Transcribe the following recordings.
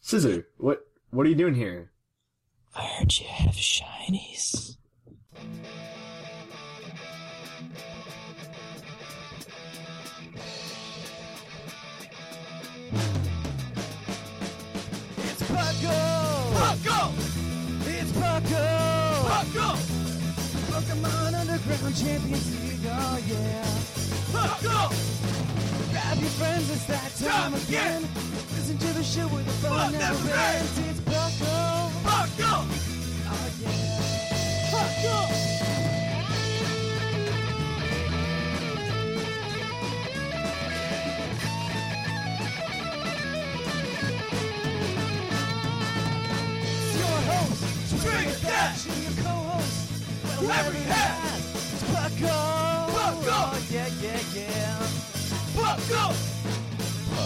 Scissor, what what are you doing here? I heard you have shinies. It's Puckle! Puckle! It's Puckle! Puckle! Pokemon Underground Champions League, oh yeah! Puckle! Grab your friends, it's that time, again. Listen to the show with the fun never, ends. It's Puckle! Puckle! Oh yeah! Puckle! It's your host, String Dash, and your co-host, Larry Hass. It's Puckle! Puckle! Oh yeah, yeah, yeah! Puckle!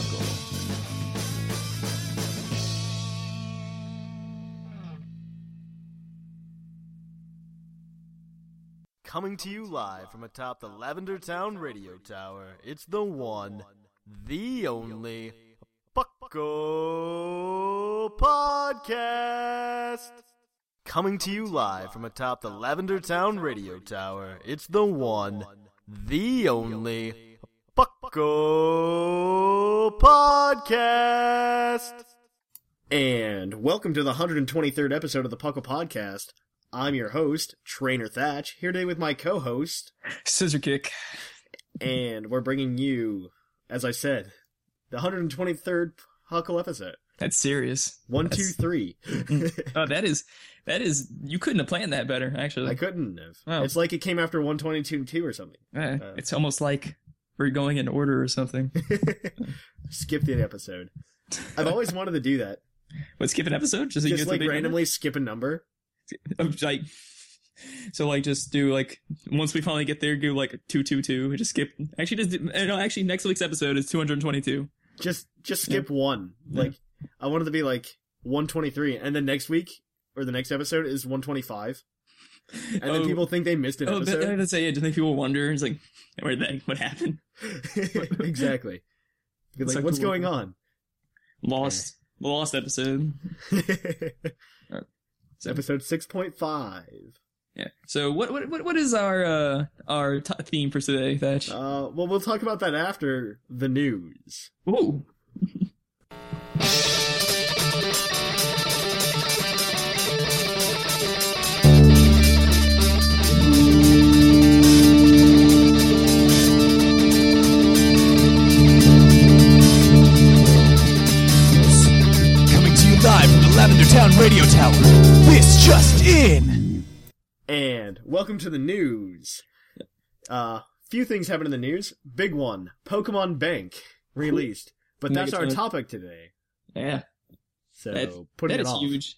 Coming to you live from atop the Lavender Town Radio Tower, it's the one, the only Bucko Podcast. Coming to you live from atop the Lavender Town Radio Tower, it's the one, the only Bucko Podcast. And welcome to the 123rd episode of the Puckle Podcast. I'm your host, Trainer Thatch, here today with my co-host, Scissor kick. and we're bringing you, as I said, the 123rd Puckle episode. That's serious. One, two, That's- three. Oh, that is that is you couldn't have planned that better, actually. I couldn't have. Wow. It's like it came after 122 or something. Eh, it's almost like we're going in order or something. Skip the episode. I've always wanted to do that. What skip an episode? Just, so you Just get to like the- randomly skip a number. of, like so like just do like once we finally get there, do like two two two. Just skip. Actually, just do- eh, no. Actually, next week's episode is two hundred twenty two. Just just skip one. Like I wanted to be like 123 and then next week or the next episode is 125. And then Oh. people think they missed an Oh, episode. that, that's it. Just make people wonder. It's like where did that? What happened? exactly. Be It's like, like what's the- going on? Lost. The lost episode. It's episode six point five. Yeah. So what what what, what is our uh our t- theme for today, Thatch? Uh, well, we'll talk about that after the news. Ooh. Coming to you live from the Lavender Town Radio Tower. This just in. And welcome to the news. Uh, few things happened in the news. Big one: Pokemon Bank released, but that's our Megatron. topic today. Yeah. So That, putting that it is off. huge.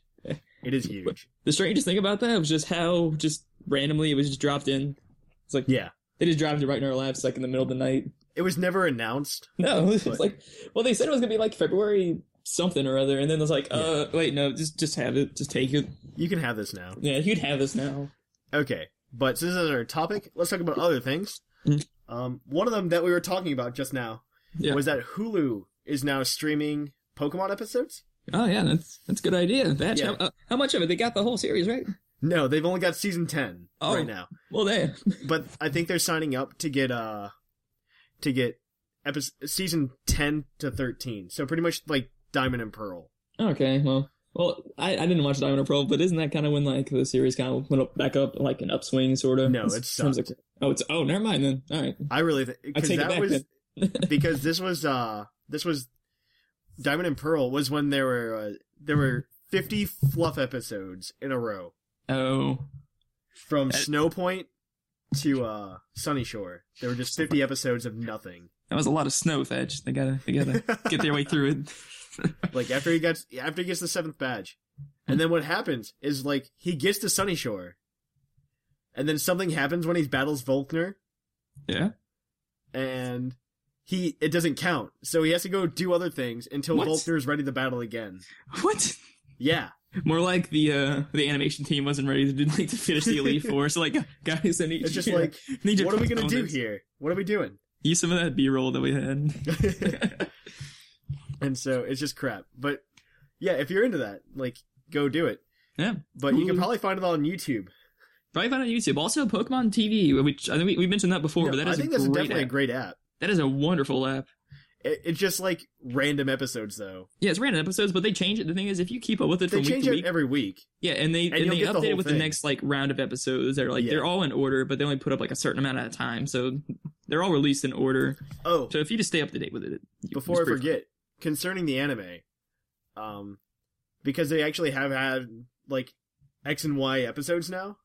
It is huge. The strangest thing about that was just how just randomly it was just dropped in. It's like Yeah, they just dropped it right in our laps, like in the middle of the night. it was never announced. No, it was What? like, well, they said it was gonna be like February something or other, and then it was like, uh, wait, no, just just have it, just take it. You can have this now. Yeah, you'd have this now. Okay, but since this is our topic, let's talk about other things. Um, one of them that we were talking about just now Hmm. Yeah. was that Hulu is now streaming Pokemon episodes. oh yeah, that's that's a good idea. Thatch, Yeah. how, uh, how much of it? They got the whole series, right? No, they've only got season ten Oh. right now, Well, there. but I think they're signing up to get uh to get episode season ten to thirteen. So pretty much like Diamond and Pearl. Okay, well, well, I, I didn't watch Diamond Pro, but isn't that kind of when like the series kind of went up, back up, like an upswing sort of? No, it sounds sucked. like oh, it's oh, never mind then. All right, I really think I because take it that back. was then. because this was uh this was Diamond and Pearl was when there were uh, there were fifty fluff episodes in a row Oh, from Snow Point to uh, Sunny Shore. There were just 50 episodes of nothing. That was a lot of snow, Thatch. They gotta, they gotta get their way through it. Like after he gets after he gets the seventh badge, and then what happens is like he gets to Sunny Shore, and then something happens when he battles Volkner, Yeah. and he it doesn't count. So he has to go do other things until What? Volkner is ready to battle again. What? Yeah, More like the uh the animation team wasn't ready to do, like to finish the Elite Four. So like, guys, I need it's just you- like I need your what are we gonna do components. here? What are we doing? Use some of that B roll that we had. And so it's just crap. But yeah, if you're into that, like go do it. yeah. But you can probably find it on YouTube. Probably find it on YouTube. Also, Pokemon TV, which I think we, we mentioned that before, but that I is think a that's great definitely app. a great app. That is a wonderful app. It, it's just like random episodes though. Yeah, it's random episodes, but they change it. The thing is, if you keep up with it They from week change to it week, every week. yeah, and they and, you'll they get the update whole it with thing. the next like round of episodes. They're like Yeah. they're all in order, but they only put up like a certain amount at a time, so they're all released in order. Oh, So if you just stay up to date with it, you- before I it's pretty forget, concerning the anime, um, because they actually have had like X and Y episodes now.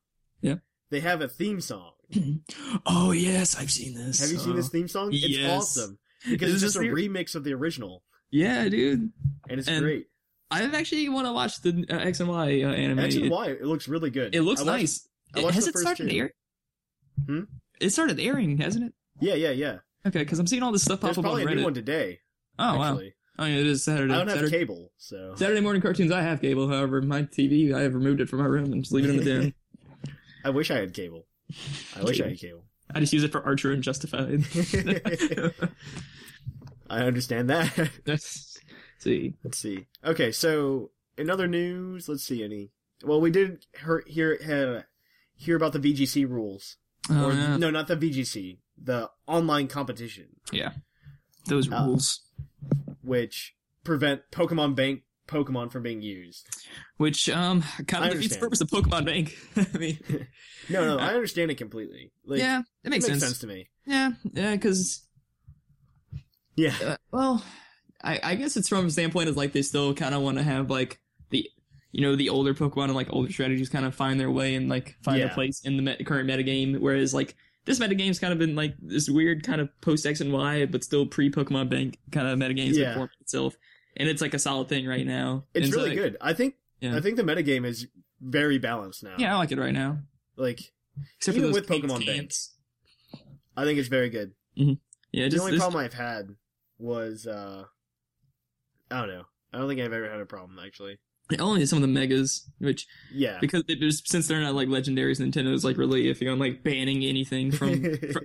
Yeah. They have a theme song. fun. Oh yes, I've seen this. Have you seen this Oh. theme song? It's Yes. awesome because Is it's just a this the- remix of the original, Yeah, dude. and it's And great. I've actually want to watch the uh, X and Y uh, anime. X and It- Y, it looks really good. It, looks I watched- nice. I It- watched has the it first started two. airing? Hmm? It started airing, hasn't it? Yeah, yeah, yeah. Okay, because I'm seeing all this stuff pop There's up on probably a Reddit. new one today. oh wow! actually. Oh yeah, it is Saturday. I don't have Saturday. cable, so Saturday morning cartoons. I have cable. However, my TV, I have removed it from my room and just leave it in the den. I wish I had cable. I wish I had cable. I just use it for Archer and Justified. I understand that. Let's see. let's see. Okay, so in other news, let's see any. Well, we did hear hear, uh, hear about the VGC rules, Oh, or yeah. no, not the VGC, the online competition, Yeah. Those Uh, rules, which prevent Pokemon Bank Pokemon from being used. which um kind I of defeats understand. the purpose of Pokemon Bank. I mean, No, no, I understand it completely. Like, yeah, it it makes, makes sense. sense. to me. Yeah, yeah, because Yeah, uh, well, I, I guess it's from a standpoint of like they still kind of want to have like the you know the older Pokemon and like older strategies kind of find their way and like find Yeah. their place in the met- current metagame. Whereas like this metagame's kind of been like this weird kind of post X and Y, but still pre Pokemon Bank kind of metagame Yeah. yeah. form itself. And it's like a solid thing right now. it's And so, really like, good. I think Yeah. I think the metagame is very balanced now. Yeah, I like it right now. like Except Even for those with pink Pokemon Bank. pants. I think it's very good. Yeah, just the only this- problem I've had was uh I don't know. I don't think I've ever had a problem actually. only some of the megas, which Yeah. because they just since they're not like legendaries, Nintendo's like really iffy on like banning anything from. from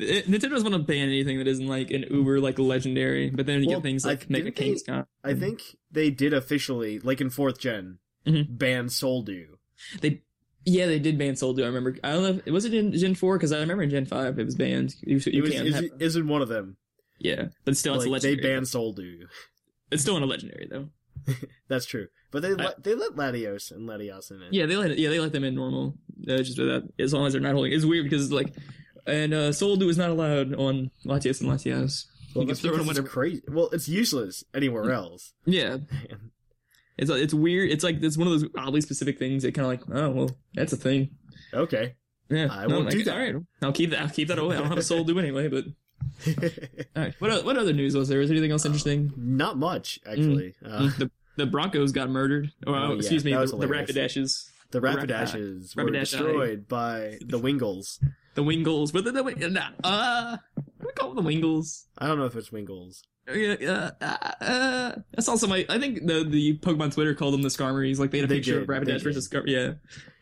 Eh, Nintendo doesn't want to ban anything that isn't like an uber like legendary, but then you Well, get things I- like Mega didn't they- Kings. Con- I think they did officially, like in fourth general Mhm. ban Soldew. They, yeah, they did ban Soul Dew. I remember. I don't know. If, was it in Gen Four? Because I remember in Gen Five it was banned. You, you It was can't have- is, isn't one of them. yeah, but still it's a Like, they legendary. banned Soldew. It's still in a legendary though. That's true. But they I- let they let Latios and Latias in it. Yeah, they let yeah they let them in normal. Uh, just without as long as they're not holding. It's weird because like, and uh, Soul Dew is not allowed on Latias and Latias. Well, you can that's throw it on because whatever. Mm. it's crazy. Well, it's useless anywhere else. Yeah. It's it's weird. It's like it's one of those oddly specific things that kind of like, oh well, that's a thing. Okay. Yeah, I won't do that. All right, I'll keep that. I'll keep that away. I don't have a soul do anyway. But all right, what o- what other news was there? Was there anything else interesting? Not much, actually. Mm. Uh, the the Broncos got murdered. Or Oh, oh, yeah, excuse me, that the, was the hilarious. Rapid Dashes. the Rapid- Rapidashes were Rapidash Eye. destroyed by the Wingles. The Wingles, but the, the Wing- nah, uh, what do we call them the Wingles? I don't know if it's Wingles. Uh, uh, uh, that's also my. I think the the Pokemon Twitter called them the Skarmories. Like they had a They picture did, of they Rapidash did. versus Skarmory. Yeah.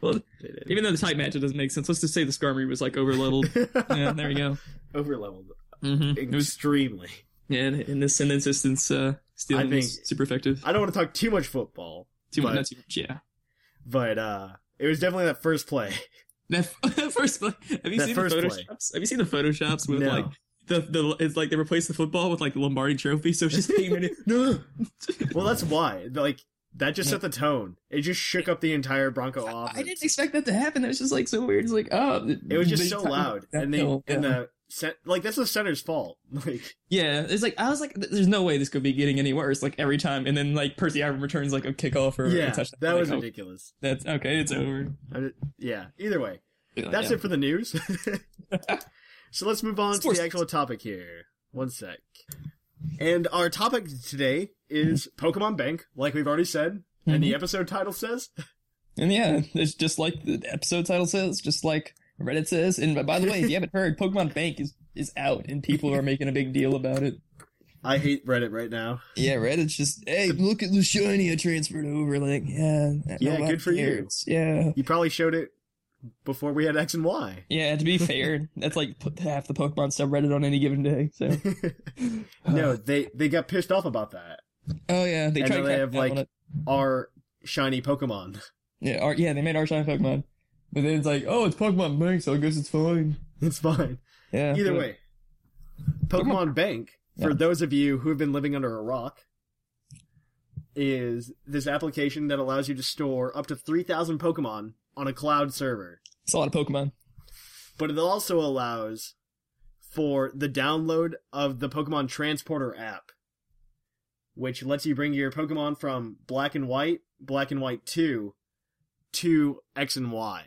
Well, even though the type matchup doesn't make sense, let's just say the Skarmory was like overleveled. yeah, there we go. Overleveled. Mm-hmm. It was Extremely. yeah, in, in this in this instance, uh, stealing I think- was super effective. I don't want to talk too much football, Too but- much, not too much. Yeah. but uh it was definitely that first play. That f- first play. Have you That seen the first play. photoshops? Have you seen the photoshops with No. like the the it's like they replaced the football with like the Lombardi Trophy, so it's just eight minutes. No. Well, that's why. Like that just set the tone. It just shook up the entire Bronco offense. I didn't expect that to happen. It was just like so weird. It's like oh, it was just so loud, and they and the cent- like that's the center's fault. Like Yeah, it's like I was like, th- there's no way this could be getting any worse. Like every time, and then like Percy Ivan returns like a kickoff or yeah, a touchdown. that Like, was oh, ridiculous. That's okay. It's over. I did- yeah. Either way, Oh, That's it for the news. so let's move on Sports. to the actual topic here. One sec. And our topic today is Pokemon Bank, like we've already said, and the episode title says. And yeah, it's just like the episode title says, just like Reddit says. And by the way, if you haven't heard, Pokemon Bank is, is out and people are making a big deal about it. I hate Reddit right now. Yeah, Reddit's just, hey, look at the shiny I transferred over. Like, yeah. Yeah, nobody good for you. cares. Yeah. You probably showed it before we had X and Y. Yeah, to be fair, that's like put half the Pokemon subreddit on any given day. So, No, they they got pissed off about that. oh yeah, they And then try they to crack have down on like it. our shiny Pokemon. yeah, our, yeah, they made our shiny Pokemon, but then it's like, oh, it's Pokemon Bank, so I guess it's fine. It's fine. Yeah. Either but- way, Pokemon Bank, for those of you who have been living under a rock, is this application that allows you to store up to 3,000 Pokemon on a cloud server. it's a lot of Pokemon. But it also allows for the download of the Pokemon Transporter app, which lets you bring your Pokemon from Black and White, Black and White 2, to X and Y.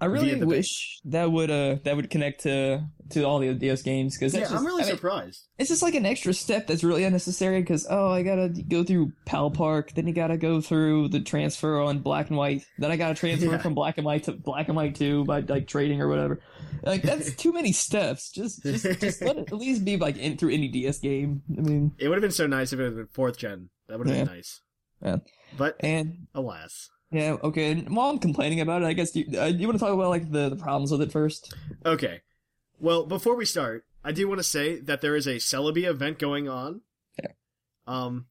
I really the bank. wish that would uh that would connect to to all the DS games because Yeah, I'm really surprised. it's just like an extra step that's really unnecessary because oh I gotta go through Pal Park then you gotta go through the transfer on Black and White then I gotta transfer Yeah. from Black and White to Black and White Two by like trading or whatever like that's too many steps just just just let it at least be like in through any DS game I mean It would have been so nice if it had been fourth gen. That would have Yeah. been nice. Yeah. But and alas. yeah okay and while I'm complaining about it I guess you uh, you want to talk about like the the problems with it first Okay. Well, before we start, I do want to say that there is a Celebi event going on. Yeah. Um,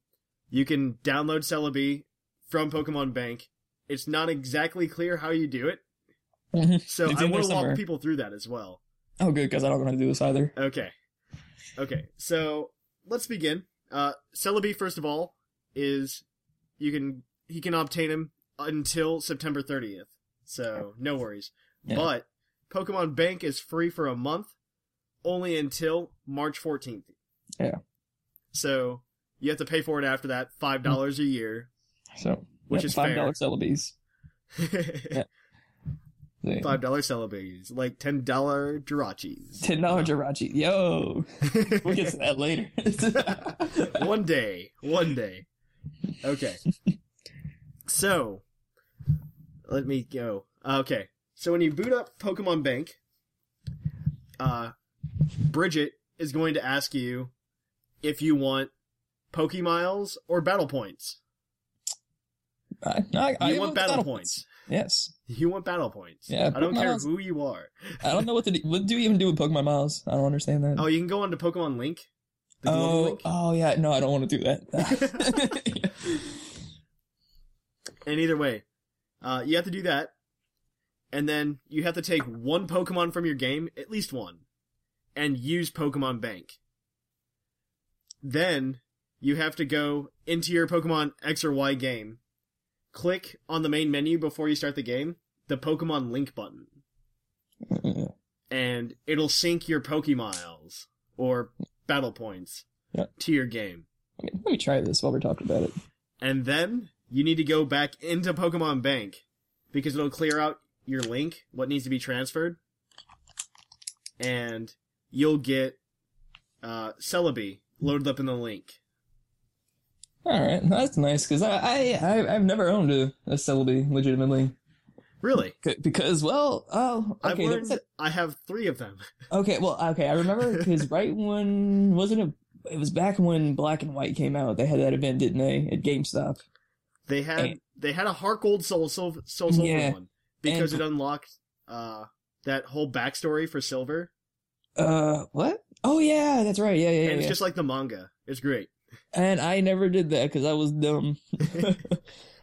you can download Celebi from Pokemon Bank. It's not exactly clear how you do it, so It's I in there want to walk somewhere. people through that as well. oh good because I don't want to do this either Okay. Okay. So let's begin. Uh, Celebi, first of all, is you can he can obtain him until September 30th. So no worries. Yeah. But Pokemon Bank is free for a month, only until March 14th. Yeah. So you have to pay for it after that, five Hmm. dollars a year. so Which yeah, is five fair. dollar Celebes. Yeah. Five dollar Celebis, like ten dollar Jirachis. Ten dollar Jirachi. Yo, we'll get to that later. one day, one day. Okay. So, let me go. Okay. So when you boot up Pokemon Bank, uh, Bridget is going to ask you if you want Pokemiles or Battle Points. I, I, You I want battle, points. Yes. You want Battle Points. Yeah, I don't care Pokemiles- who you are. I don't know what to do. What do you even do with Pokemon Miles? I don't understand that. Oh, you can go on to Pokemon Link. The global oh, link. oh, yeah. No, I don't want to do that. And either way, uh, you have to do that, and then you have to take one Pokemon from your game, at least one, and use Pokemon Bank. Then you have to go into your Pokemon X or Y game, click on the main menu before you start the game, the Pokemon Link button, and it'll sync your Pokemiles or battle points Yeah. to your game. let, me, let me try this while we're talking about it. And then you need to go back into Pokemon Bank because it'll clear out your link, what needs to be transferred. And you'll get uh, Celebi loaded up in the link. All right, that's nice because I, I, I, I've never owned a, a Celebi legitimately Really? C- because, well, oh, I've okay, there learned was a- I have three of them. Okay, well, okay, I remember because right when wasn't it? It was back when Black and White came out. They had that event, didn't they, at GameStop? They had And- they had a Heartgold Soul Silver Soul Silver Yeah. one because And- it unlocked uh, that whole backstory for Silver, Uh, what? Oh yeah, that's right. Yeah, yeah, and yeah. it's yeah. just like the manga. It's great. And I never did that because I was dumb.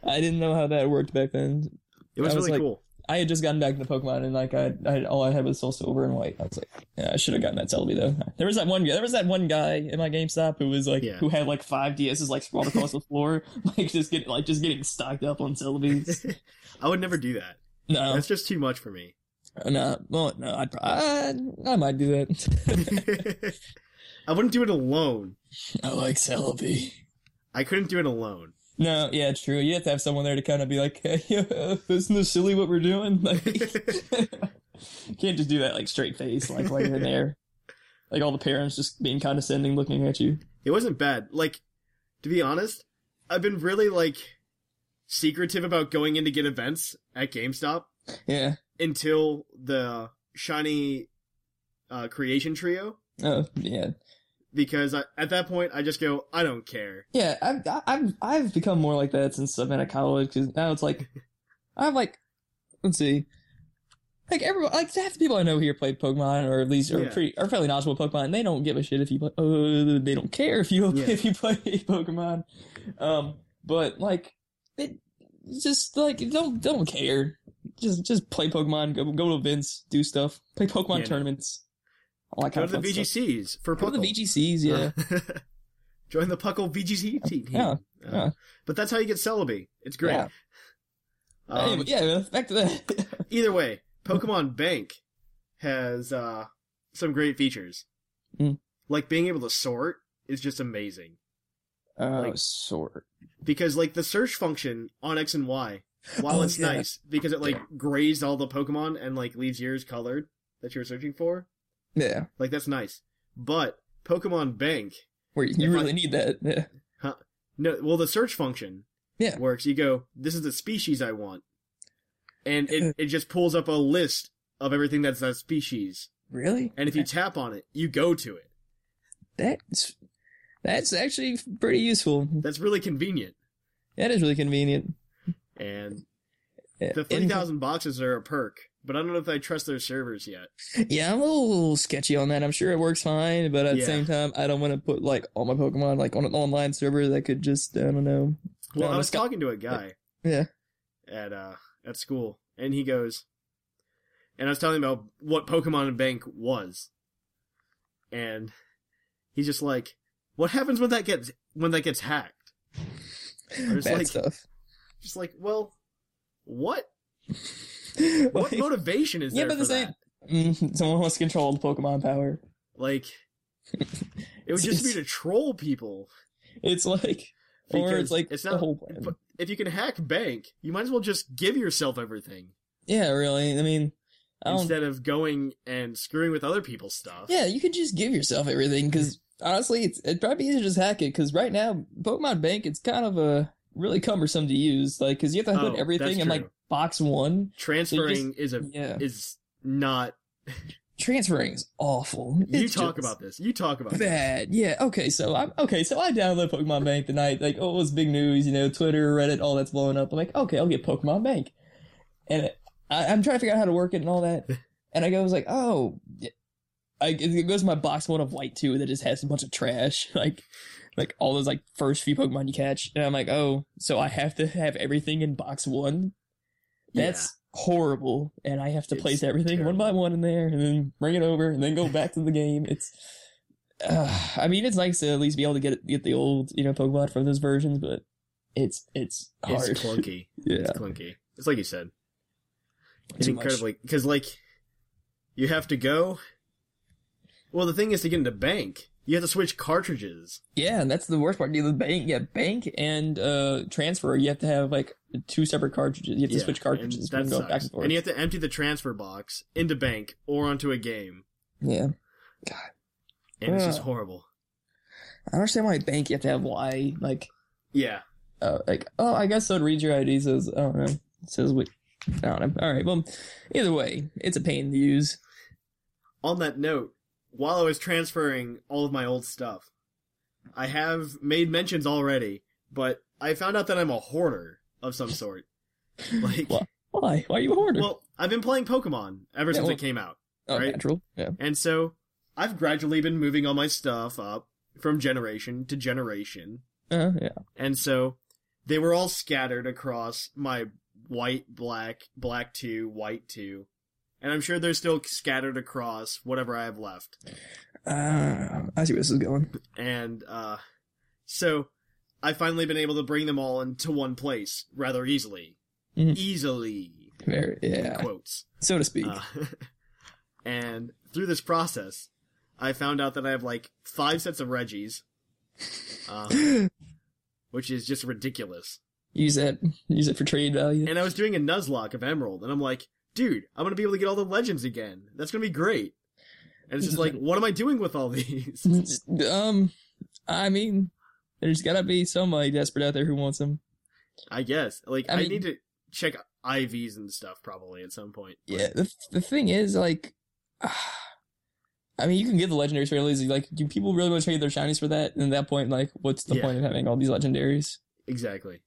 I didn't know how that worked back then. It was, I was really like- cool. I had just gotten back into Pokemon, and like I, I all I had was Soul Silver and White. I was like, yeah, I should have gotten that Celebi though. There was that one guy. There was that one guy in my GameStop who was like, Yeah. who had like five DSs like sprawled across the floor, like just getting like just getting stocked up on Celebis. I would never do that. No, That's just too much for me. Uh, No, well, no, I'd, pro- I, I might do that. I wouldn't do it alone. I like Celebi. I couldn't do it alone. No, yeah, true. You have to have someone there to kind of be like, hey, isn't this silly what we're doing? Like, can't just do that like straight face, like while you're in there. Like all the parents just being condescending, looking at you. It wasn't bad. Like, to be honest, I've been really like secretive about going in to get events at GameStop Yeah. until the shiny uh, creation trio Oh, yeah. because I, at that point I just go I don't care. Yeah, I've I- I've I've become more like that since I've been at college because now it's like I'm like let's see, like everyone like half the people I know here play Pokemon or at least are Yeah. pretty are fairly knowledgeable of Pokemon. And they don't give a shit if you play. Uh, they don't care if you Yeah. if you play Pokemon. Um, but like it just like don't don't care. Just just play Pokemon. Go go to events, do stuff, play Pokemon Yeah. tournaments. All that Go kind to the of fun stuff. VGCs for Go Puckle. to the VGCs. Yeah, Join the Puckle VGC team. yeah. Uh, yeah. But that's how you get Celebi. It's great. Yeah. Um, anyway, yeah, back to that. Either way, Pokemon Bank has uh, some great features. Mm. Like being able to sort is just amazing Oh, Like- sort. because like the search function on X and Y, while Oh, it's yeah. nice because it like grades all the Pokemon and like leaves yours colored that you were searching for, Yeah, like that's nice. But Pokemon Bank, where you, you If I- really need that. Yeah, no, well the search function Yeah. works. You go, this is the species I want, and it it just pulls up a list of everything that's that species. really. And if you tap on it, you go to it. That's that's actually pretty useful. That's really convenient. That is really convenient. And Yeah, the and- three thousand boxes are a perk, but I don't know if I trust their servers yet. Yeah, I'm a little sketchy on that. I'm sure it works fine, but at Yeah. the same time, I don't want to put like all my Pokemon like on an online server that could just I don't know. Well, I was it's got- talking to a guy Yeah, at uh at school, and he goes, and I was telling him about what Pokemon Bank was, and he's just like, "What happens when that gets when that gets hacked?" I was bad like, stuff. just like, well, what what Like, motivation is yeah, there but for the same. that? Mm, someone wants to control the Pokemon power. Like, it would just be to troll people. It's like, or Because it's like it's the not- whole plan. but if you can hack bank, you might as well just give yourself everything yeah, really. I mean, I don't instead of going and screwing with other people's stuff. Yeah, you could just give yourself everything because honestly, it's, it'd probably be easier to just hack it because right now, Pokemon Bank, it's kind of a really cumbersome to use. Like, because you have to Oh, put that's everything in like true. box one. Transferring is a yeah. is not. Transferring is awful. You It's talk just about this. You talk about this. bad. Yeah. Okay. So I'm okay. So I download Pokemon Bank tonight. Like, oh, it's big news. You know, Twitter, Reddit, all that's blowing up. I'm like, okay, I'll get Pokemon Bank, and I, I'm trying to figure out how to work it and all that. And I go, I was like, oh, yeah. I, it goes to my box one of White two that just has a bunch of trash, like, like all those like first few Pokemon you catch. And I'm like, oh, so I have to have everything in box one. That's horrible. And I have to It's place everything terrible. one by one in there and then bring it over and then go back to the game. It's, uh, I mean, it's nice to at least be able to get get the old, you know, Pokemon from those versions, but it's, it's hard. It's clunky. yeah. It's clunky. It's like you said. It's Too much. incredibly because like you have to go. Well, the thing is to get into bank, you have to switch cartridges. Yeah. And that's the worst part. You have the bank, yeah, bank and, uh, transfer. You have to have like two separate cartridges. You have to Yeah, switch cartridges and and that go sucks. back and forth. And you have to empty the transfer box into bank or onto a game, yeah. and it's just Yeah. horrible. I don't understand why bank you have to have Y, like, Yeah, uh, like, oh, I guess I'd read your ID says, I don't know, says we, I don't know. All right, well, either way, it's a pain to use. on that note, while I was transferring all of my old stuff, I have made mentions already, but I found out that I'm a hoarder of some sort. Like, Why? Why, Why are you a hoarder? well, I've been playing Pokemon ever Yeah, since well- it came out, oh, right. natural. Yeah. and so I've gradually been moving all my stuff up from generation to generation, Uh, yeah. and so they were all scattered across my white, black, black two, white two, and I'm sure they're still scattered across whatever I have left. Uh, I see where this is going. and uh, so I've finally been able to bring them all into one place rather easily, Mhm. easily Very, in yeah. quotes. So to speak. Uh, and through this process, I found out that I have like five sets of Reggies, uh, which is just ridiculous. Use that. Use it for trade value. And I was doing a Nuzlocke of Emerald, and I'm like, dude, I'm gonna be able to get all the legends again. That's gonna be great. And it's just like, what am I doing with all these? Um, I mean, there's gotta be somebody desperate out there who wants them. I guess. Like, I, I mean- need to check IVs and stuff probably at some point. Yeah. The the thing is, like, I mean, you can get the legendaries fairly easy. Like, do people really want to trade their shinies for that? And at that point, like, what's the Yeah. point of having all these legendaries? Exactly.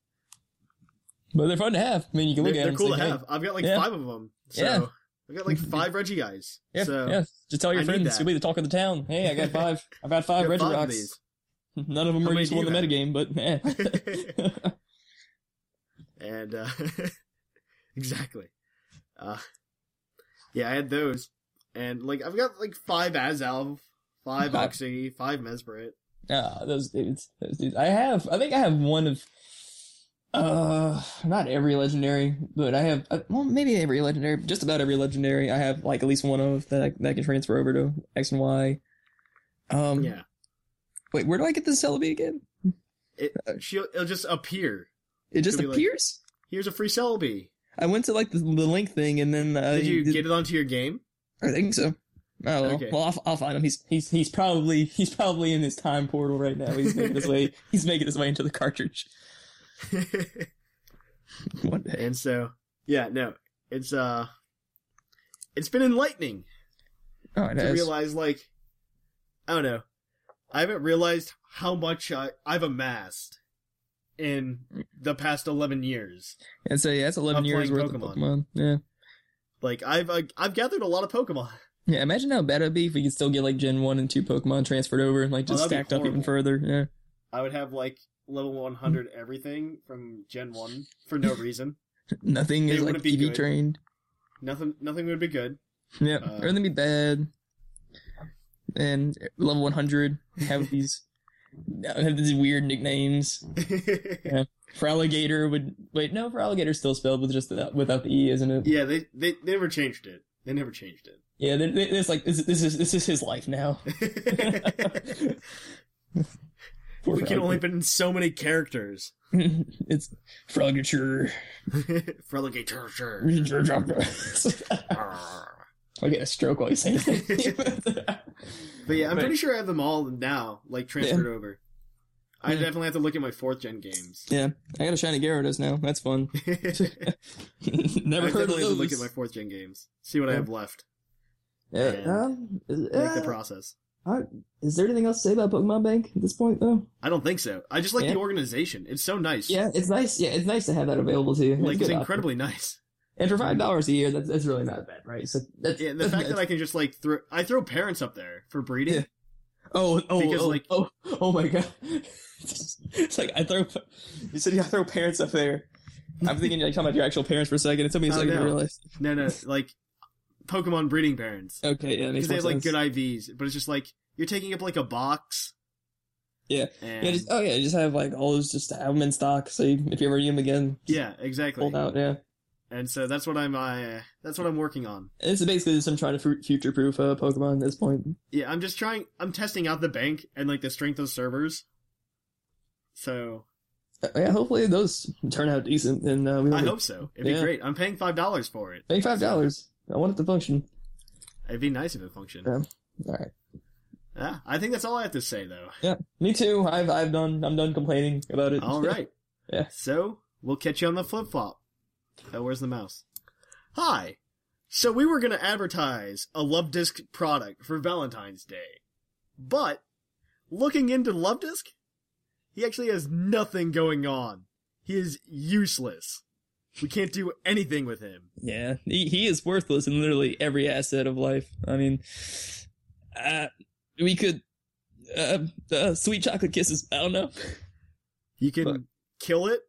But they're fun to have. I mean, you can They're, look at they're them. cool to and say, hey, have. I've got like Yeah. five of them. So Yeah. I've got like five Reggies. Yeah, so yeah. Just tell your I need friends. that. You'll be the talk of the town. Hey, I got five. I've got I've five got Reggie five of Rocks. these. None of them How are many useful do in the you metagame, but eh. And uh exactly. Uh yeah, I had those. And like I've got like five Azalv, five Five. Oxy, five Mesmerit. ah, those dudes. Those dudes. I have. I think I have one of. Uh, not every legendary, but I have. Uh, well, maybe every legendary. Just about every legendary. I have like at least one of that I, that I can transfer over to X and Y. Um. Yeah. Wait, where do I get this Celebi again? It uh, she'll it'll just appear. It just Could be, like- appears. Here's a free Celebi. I went to like the, the link thing, and then uh, Did you get it onto your game? I think so. Oh well, Okay. well I'll, I'll find him. He's he's he's probably he's probably in his time portal right now. He's making his way. He's making his way into the cartridge. One day. and so yeah, no. It's uh it's been enlightening. Oh, it to has. realize like I don't know. I haven't realized how much I, I've amassed in the past eleven years. And so yeah, that's eleven Of years playing worth of Pokemon. Pokemon. Yeah, Like I've I, I've gathered a lot of Pokemon. yeah. Imagine how bad it'd be if we could still get like Gen one and two Pokemon transferred over and like just Oh, that'd be stacked up even horrible. further. Yeah. I would have like level one hundred everything from Gen One for no reason. Nothing They is like wouldn't be EV good. trained. nothing nothing would be good. Yeah, Uh, everything be bad. And level one hundred have these have these weird nicknames. For alligator would wait. No, for alligator still spelled with just the, without the e, isn't it? yeah, they, they they never changed it. They never changed it. Yeah, they they- it's like this, this is this is his life now. Poor we can Frolic- only put in so many characters. it's frogature. Freligator. I get a stroke while you say that. But yeah, I'm pretty sure I have them all now, like transferred over. I Yeah. definitely have to look at my fourth gen games. yeah, I got a shiny Gyarados now. That's fun. I Never heard of definitely have to those. look at my fourth gen games, see what I have left, Yeah, um, make the uh, process. is there anything else to say about Pokemon Bank at this point, though? I don't think so. I just like Yeah. the organization. It's so nice. Yeah, it's nice. Yeah, it's nice to have that available to you. like a it's good option. incredibly nice. And for five dollars a year, that's, that's really not bad, right? So that's, Yeah, and the that's- fact that I can just like throw I throw parents up there for breeding. Yeah. Oh, oh, Because, oh, like- oh, oh my god! it's like I throw. You said you throw parents up there. I'm thinking like talking about your actual parents for a second. It took me a Oh, second no. to realize. No, no, like Pokemon breeding parents Okay, yeah, that because makes they more have like sense. good IVs, but it's just like you're taking up like a box. Yeah. and, Yeah, just, oh yeah, just have like all those. Just have them in stock. So you, if you ever need them again, yeah, exactly. hold out. Yeah, And so that's what I'm uh, that's what I'm working on. and this is basically just I'm trying to fu- future-proof uh, Pokemon at this point. Yeah, I'm just trying. I'm testing out the bank and like the strength of servers. So Uh, yeah, hopefully those turn out decent, and uh, we I don't hope so. It'd be Yeah. great. I'm paying five dollars for it. pay five dollars. I want it to function. It'd be nice if it functioned. Yeah. All right. Yeah, I think that's all I have to say though. Yeah, me too. I've I've done. I'm done complaining about it. All right. Yeah. So we'll catch you on the flip flop. Oh, where's the mouse? Hi. So we were gonna advertise a Love Disc product for Valentine's Day, but looking into Love Disc, he actually has nothing going on. He is useless. We can't do anything with him. Yeah, he, he is worthless in literally every asset of life. I mean, uh, we could uh, uh, sweet chocolate kisses. I don't know. You can But- kill it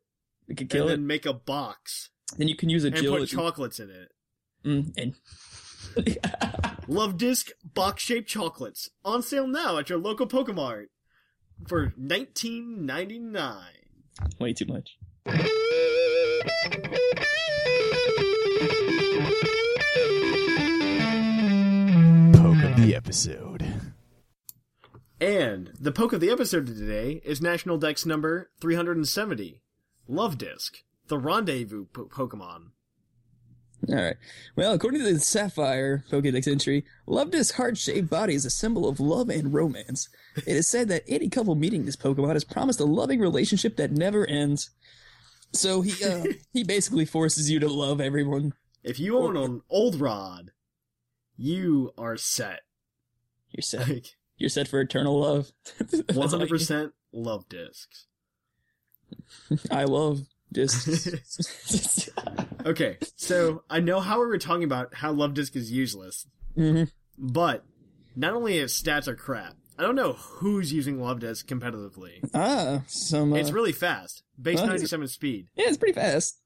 We could kill and it. then make a box Then you can use a and jill. put chocolates in it. Mm, and Love Disc box shaped chocolates on sale now at your local Pokemart for nineteen ninety nine. way too much. Poke of the episode. And the poke of the episode today is National Dex number 370, Love Disc, the rendezvous po- Pokemon. All right. Well, according to the Sapphire Pokedex entry, Loveda's heart-shaped body is a symbol of love and romance. It is said that any couple meeting this Pokemon is promised a loving relationship that never ends. So he uh, he basically forces you to love everyone. If you own an old rod, you are set. You're set. Like, You're set for eternal love. That's all you- 100% love discs. I love just. Okay, so I know how we were talking about how Love Disc is useless, Mhm. but not only his stats are crap, I don't know who's using Love Disc competitively. ah, some. Uh, it's really fast, base Huh? 97 speed, yeah, it's pretty fast.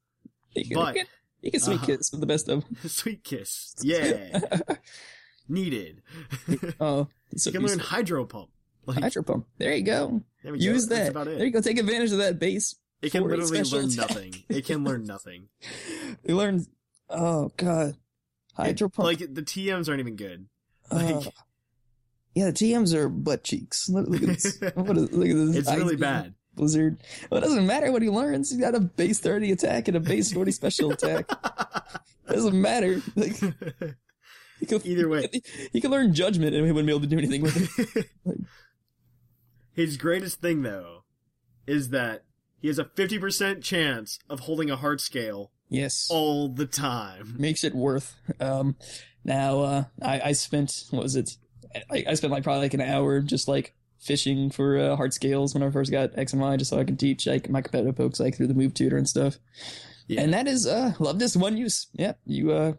You can, But- you can, you can sweet kiss with the best of. them. sweet kiss, yeah, needed. you Oh, so can learn useful. Hydro Pump. Like, Hydro pump. There you go. There we go. Use That's that. about it. There you go. Take advantage of that base. it can for a literally special learn attack. nothing. It can learn nothing. You learn. Oh god, hydro pump. Like the TMs aren't even good. Uh, Like yeah, the TMs are butt cheeks. Look, look at this. What is, look at this. it's really Ice bad. Blizzard. Well, it doesn't matter what he learns. He's got a base thirty attack and a base forty special attack. doesn't matter. Like, he could, Either way. he could learn judgment and he wouldn't be able to do anything with it. His greatest thing, though, is that he has a 50% chance of holding a heart scale Yes. all the time. makes it worth. Um, now uh, I, I spent what was it? I, I spent like probably like an hour just like fishing for uh, hard scales when I first got X and Y, just so I could teach like my competitive folks like through the move tutor and stuff. Yeah. And that is uh, love disc one use. Yep, you uh,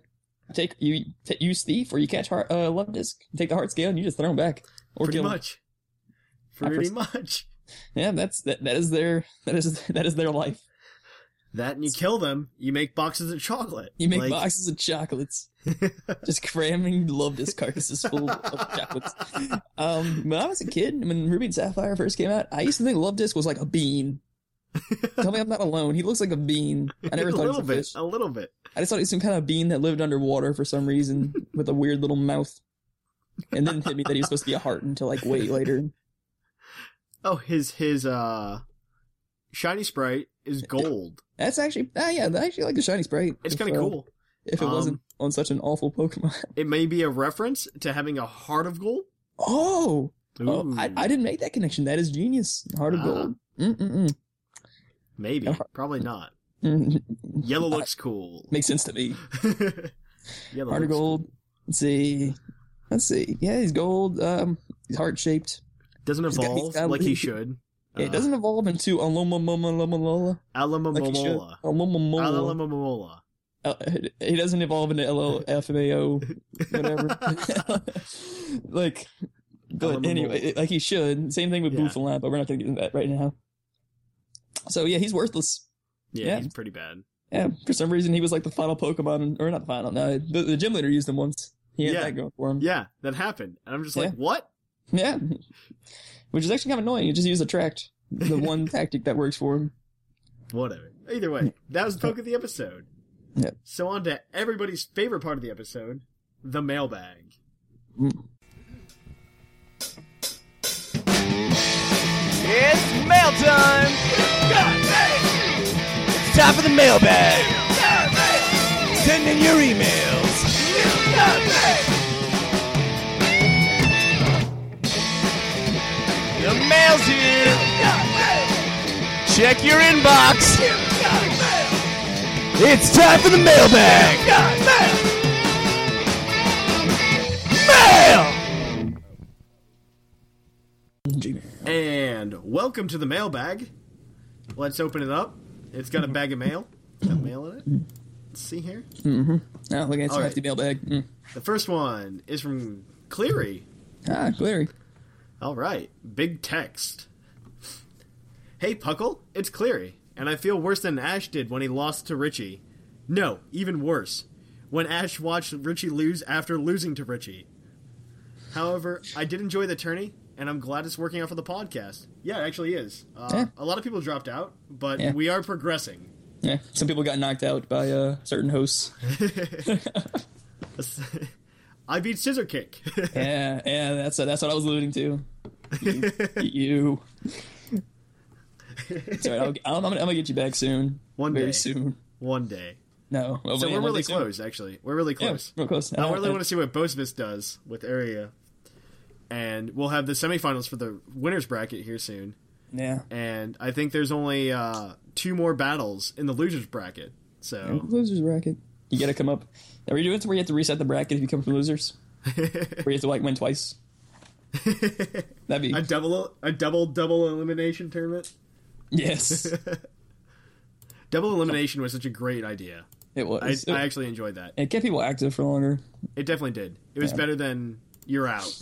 take you t- use thief or you catch heart uh, love disc, take the heart scale and you just throw them back or Pretty kill 'em. much. Pretty much. Yeah, that's that, that is their that is that is their life. That and you kill them, you make boxes of chocolate. You make Like, boxes of chocolates. Just cramming love disc carcasses full of chocolates. Um, when I was a kid, when Ruby and Sapphire first came out, I used to think love disc was like a bean. Tell me I'm not alone. He looks like a bean. I never a thought he was little a bit. fish. A little bit. I just thought he was some kind of bean that lived underwater for some reason with a weird little mouth. And then it hit me that he was supposed to be a heart until like way later. Oh, his his uh shiny sprite is gold. That's actually ah yeah, I actually like the shiny sprite. It's If, kind uh, of cool. If it Um, wasn't on such an awful Pokemon. It may be a reference to having a heart of gold. Oh, Oh, Ooh. I, I didn't make that connection. That is genius. Heart of Ah. gold. Mm-mm-mm. Maybe, probably not. Mm, Yellow looks cool. Makes sense to me. Yellow Heart of looks cool. gold. Let's see. Let's see. Yeah, he's gold. Um, he's heart shaped. doesn't got- he's evolve got- like he should. Uh, Yeah, it doesn't evolve into Alomamamamamalola. Like he should. Oh. Alamomola. Alomamola. Alamomola. Uh, he doesn't evolve into LLFMAO, whatever. like, but Alamamola. anyway, like he should. Same thing with Yeah. Boothalamp, but we're not going to get into that right now. So yeah, he's worthless. Yeah, Yeah. he's pretty bad. Yeah, for some reason he was like the final Pokemon, or not the final. No, the, the gym leader used him once. He had Yeah. that going for him. Yeah, that happened. And I'm just like, Yeah. what? yeah, which is actually kind of annoying. You just use attract, the one tactic that works for him. Whatever. Either way, that was the poke of the episode. Yeah. So on to everybody's favorite part of the episode, the mailbag. It's mail time. It's time for the mailbag. Send in your emails. The mail's here. Check your inbox. It's time for the mailbag. Mail. And welcome to the mailbag. Let's open it up. It's got a bag of mail. Got mail in it. Let's see here. Oh, look at it's All a right. hefty mailbag. Mm. The first one is from Cleary. Ah, Clary. All right, big text. Hey, Puckle, it's Cleary, and I feel worse than Ash did when he lost to Richie. No, even worse, when Ash watched Richie lose after losing to Richie. However, I did enjoy the tourney, and I'm glad it's working out for the podcast. Yeah, it actually is. Uh, Yeah. A lot of people dropped out, but Yeah. we are progressing. Yeah, some people got knocked out by uh, certain hosts. I beat Scissor Kick. uh, yeah, yeah, that's that's what I was alluding to. you. It's all right. I'll, I'll, I'm, gonna, I'm gonna get you back soon. One very day. soon. One day. No. well, So yeah, we're one day really soon. close, actually. We're really Yeah, close. real close. Uh, I really want to see what Bozvis does with area. And we'll have the semifinals for the winners bracket here soon. Yeah. And I think there's only uh, two more battles in the losers bracket. So Losers bracket. You gotta come up. Are we doing it where you have to reset the bracket if you come from losers? where you have to like win twice? That'd be a double a double double elimination tournament. yes. Double elimination was such a great idea. It I, was. I it, actually enjoyed that. it kept people active for longer. It definitely did. It was better than you're out.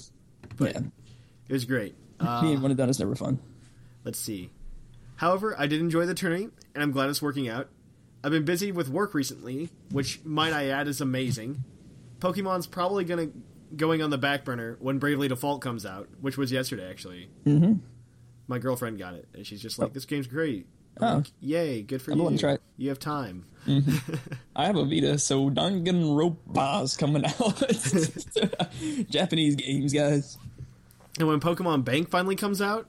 yeah. It was great. Uh, Being one and done is never fun. let's see. However, I did enjoy the tournament, and I'm glad it's working out. I've been busy with work recently, which might I add is amazing. Pokemon's probably gonna going on the back burner when Bravely Default comes out, which was yesterday actually. Mm-hmm. My girlfriend got it, and she's just like, "This game's great! Oh, Yay, good for I'm gonna you! try it." You have time." I have a Vita, so Danganronpa's coming out. Japanese games, guys. And when Pokemon Bank finally comes out,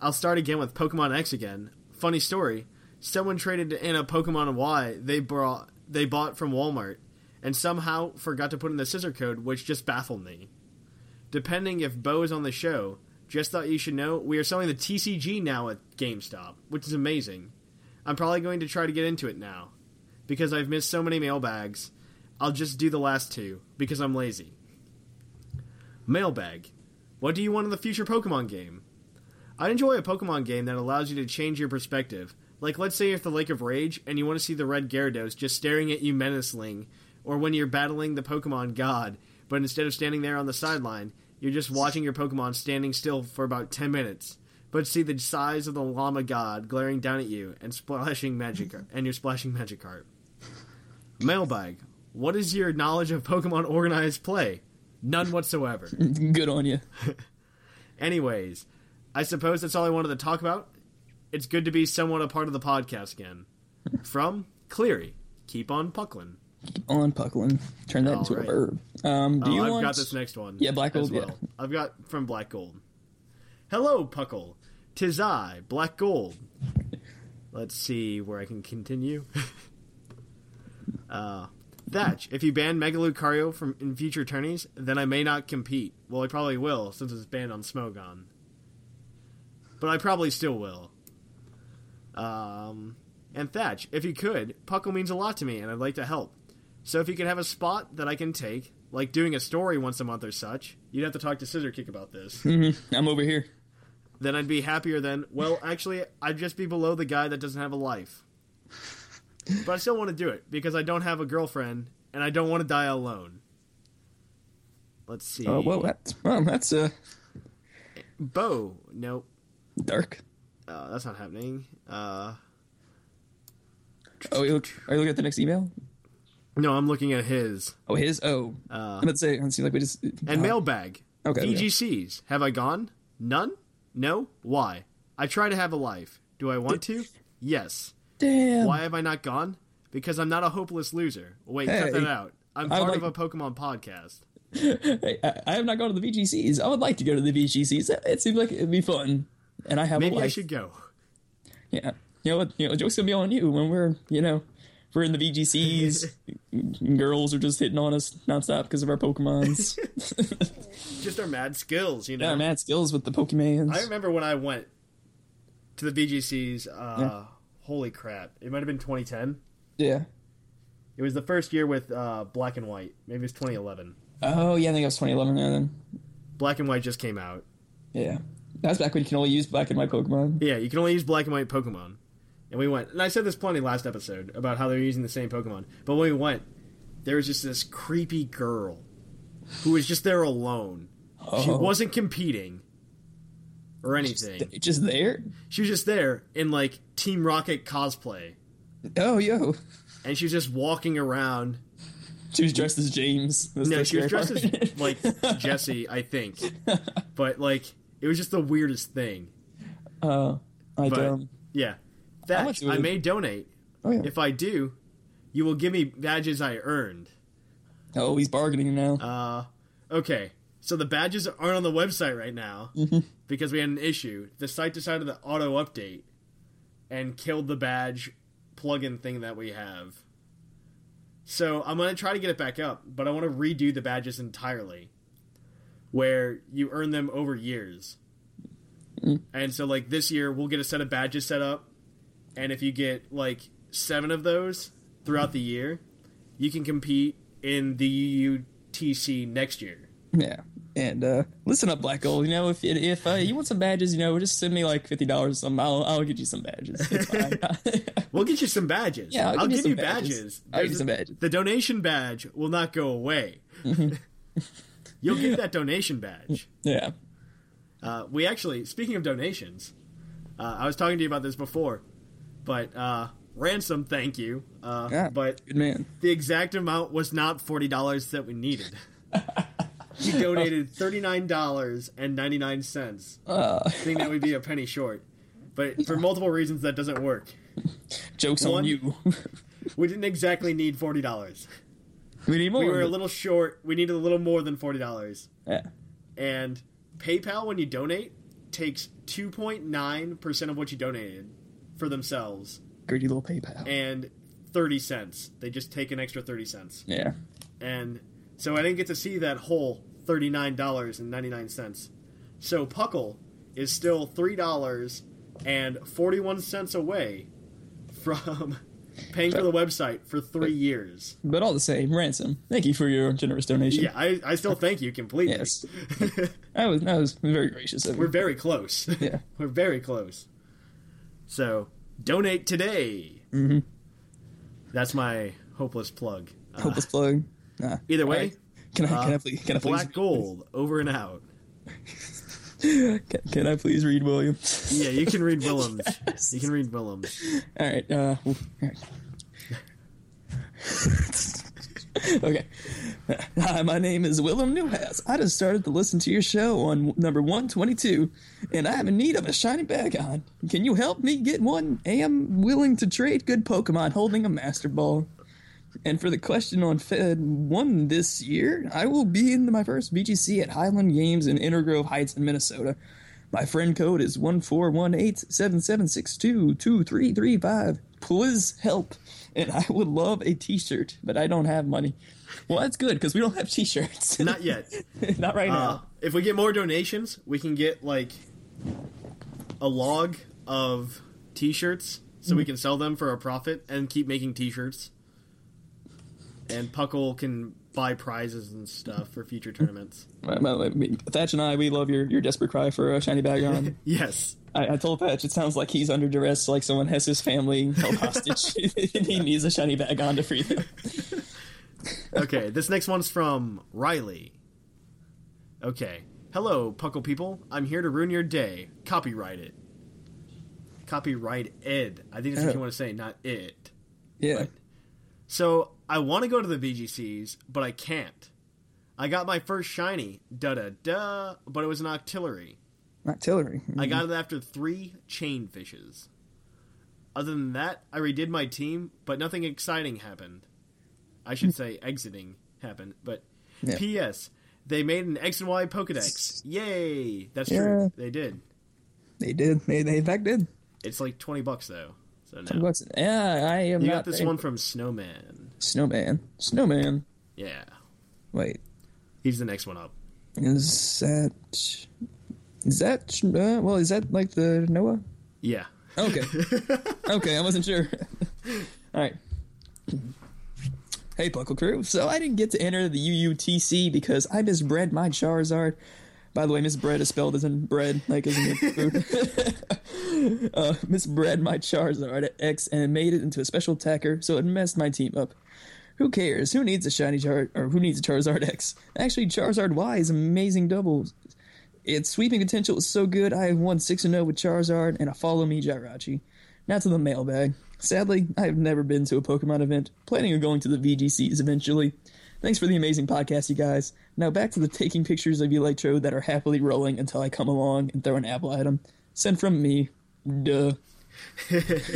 I'll start again with Pokemon X again. Funny story: someone traded in a Pokemon Y they brought they bought from Walmart, and somehow forgot to put in the scissor code, which just baffled me. Depending if Bo is on the show, just thought you should know we are selling the TCG now at GameStop, which is amazing. I'm probably going to try to get into it now, because I've missed so many mailbags. I'll just do the last two because I'm lazy. Mailbag. What do you want in the future Pokemon game? I enjoy a Pokemon game that allows you to change your perspective. Like, let's say you're at the Lake of Rage and you want to see the red Gyarados just staring at you menacingly, or when you're battling the Pokemon God, but instead of standing there on the sideline, you're just watching your Pokemon standing still for about 10 minutes, but see the size of the Llama God glaring down at you and splashing Magikarp, and you're splashing Magikarp. Mailbag. What is your knowledge of Pokemon organized play? None whatsoever. Good on you. Anyways, I suppose that's all I wanted to talk about. It's good to be somewhat a part of the podcast again. From Cleary, keep on puckling. On Pucklin. Turn that into Alright. a verb. Um, do Oh, you I've want? got this next one. Yeah, Black as Gold, yeah. I've got from Black Gold. Hello, Puckle. Tis I, Black Gold. Let's see where I can continue. uh, Thatch, if you ban Mega Lucario from in future tourneys, then I may not compete. Well, I probably will, since it's banned on Smogon. But I probably still will. Um, and Thatch, if you could, Puckle means a lot to me, and I'd like to help. So if you could have a spot that I can take, like doing a story once a month or such, you'd have to talk to Scissor Kick about this. I'm over here. then I'd be happier than, well, actually, I'd just be below the guy that doesn't have a life. But I still want to do it because I don't have a girlfriend and I don't want to die alone. Let's see. Oh, well, that's well, that's uh, Bo. Nope. dark. Uh, that's not happening. Uh, Oh, you look, are you looking at the next email? no, I'm looking at his. Oh, his. Oh, uh, let's say. Let's see. Like we just And mailbag. Uh, Okay, there we go. VGCs. Have I gone? None? No? Why? I try to have a life. Do I want to? Yes. Damn. Why have I not gone? Because I'm not a hopeless loser. Wait, cut Hey. that out. I'm I part like- of a Pokemon podcast. Hey, I, I have not gone to the VGCs. I would like to go to the VGCs. It, it seems like it'd be fun. And I have a Maybe life. I should go. Yeah. You know what? You know, joke's gonna be on you when we're, you know, we're in the VGCs. girls are just hitting on us nonstop because of our Pokemons. Just our mad skills, you know. our mad skills with the Pokemans. I remember when I went to the VGCs. Uh, Yeah. Holy crap! It might have been 2010. yeah. It was the first year with uh, Black and White. Maybe it was 2011. Oh yeah, I think it was 2011 there then. Black and White just came out. Yeah. That's back when you can only use black and white Pokemon. Yeah, you can only use black and white Pokemon. And we went, and I said this plenty last episode about how they were using the same Pokemon. But when we went, there was just this creepy girl who was just there alone. She wasn't competing or anything. Oh. Just there. She was just there in like Team Rocket cosplay, Oh yo, and she was just walking around. she was dressed as James. That's No, the she was scary dressed part. as like Jesse, I think. But like, it was just the weirdest thing. I But don't. yeah, How that much I would- may donate. Oh yeah. If I do, you will give me badges I earned. Uh, oh, he's bargaining now. Okay, So the badges aren't on the website right now because we had an issue. The site decided to auto update and killed the badge plugin thing that we have. So I'm gonna try to get it back up, but I want to redo the badges entirely, where you earn them over years. And so like this year we'll get a set of badges set up, and if you get like seven of those throughout the year, you can compete in the UUTC next year. Yeah. And uh, listen up, Black Gold. You know, if if uh, you want some badges, you know, just send me like fifty dollars or something. I'll I'll get you some badges. It's fine. We'll get you some badges. Yeah, I'll I'll give give you some you badges. badges. I'll give you There's- some badges. The donation badge will not go away. Mm-hmm. You'll get that donation badge. yeah. Uh, we actually, speaking of donations, uh, I was talking to you about this before, but uh, ransom, thank you. Uh, Yeah. But Ah, Good man. the exact amount was not forty dollars that we needed. you donated thirty nine dollars and ninety nine cents. Oh. Seeing that we'd be a penny short, but for multiple reasons that doesn't work. Jokes One- on you. We didn't exactly need forty dollars. we need more. We were a little short. We needed a little more than forty dollars. Yeah. And PayPal, when you donate, takes two point nine percent of what you donated for themselves Greedy little PayPal. and thirty cents. They just take an extra thirty cents. yeah. and so I didn't get to see that whole thirty nine dollars and ninety nine cents. So Puckle is still three dollars and forty one cents away from paying for the website for three years. But all the same, ransom. Thank you for your generous donation. Yeah, I, I still thank you completely. Yes. that was that was very gracious of We're you. very close. Yeah. We're very close. So donate today. Mm-hmm. That's my hopeless plug. Uh, Hopeless plug. Nah. either way, uh, Alright. Can I Oh, can I please can I please black gold over and out. Can, can I please read William? Yeah, you can read Willems. You can read Willems. All right. Uh, all right. okay. Hi, my name is Willem Newhouse. I just started to listen to your show on number 122, and I'm in need of a shiny Bagon. Can you help me get one? Am willing to trade good Pokemon holding a Master Ball. And for the question on Fed 1 this year, I will be in my first BGC at Highland Games in Intergrove Heights in Minnesota. My friend code is 141877622335. Please help. And I would love a t shirt, but I don't have money. Well, that's good because we don't have t shirts. Not yet. Not right Uh, now. if we get more donations, we can get like a log of t-shirts so Mm-hmm. we can sell them for a profit and keep making t-shirts. And Puckle can buy prizes and stuff for future tournaments. By- by the way, me- Thatch and I, we love your, your desperate cry for a shiny bag on. Yes. I, I told Thatch it sounds like he's under duress, like someone has his family held hostage. and he needs a shiny bag on to free them. Okay, this next one's from Riley. Okay. Hello, Puckle people. I'm here to ruin your day. Copyright it. Copyright ed. I think that's what you want to say, not it. Yeah. So I want to go to the VGCs, but I can't. I got my first shiny, da da da, but it was an octillery. Not Tillery. I got it after three chain fishes. Other than that, I redid my team, but nothing exciting happened. I should say exiting happened, but Hmm. Yeah. P.S. They made an X and Y Pokedex. Yay! That's true. They did. They did. They, they in fact did. It's like twenty bucks though. So now Bucks. Yeah, I am you not got this paying one for- from Snowman. Snowman. Snowman. Yeah, Wait. he's the next one up. Is that is that uh, well? Is that like the Noah? Yeah. Okay, okay, I wasn't sure. All right. Hey, Buckle Crew. So I didn't get to enter the UUTC because I misbred my Charizard. By the way, misbred is spelled as in bread, like as in food. uh, misbred my Charizard at X and it made it into a special attacker, so it messed my team up. Who cares? Who needs a shiny Char or who needs a Charizard X? Actually, Charizard Y is amazing doubles. Its sweeping potential is so good. I have won six and zero with Charizard and a follow me Jirachi. Now to the mailbag. Sadly, I have never been to a Pokemon event. Planning on going to the VGCs eventually. Thanks for the amazing podcast, you guys. Now back to the taking pictures of Electrode that are happily rolling until I come along and throw an apple at them. Send from me. Duh. I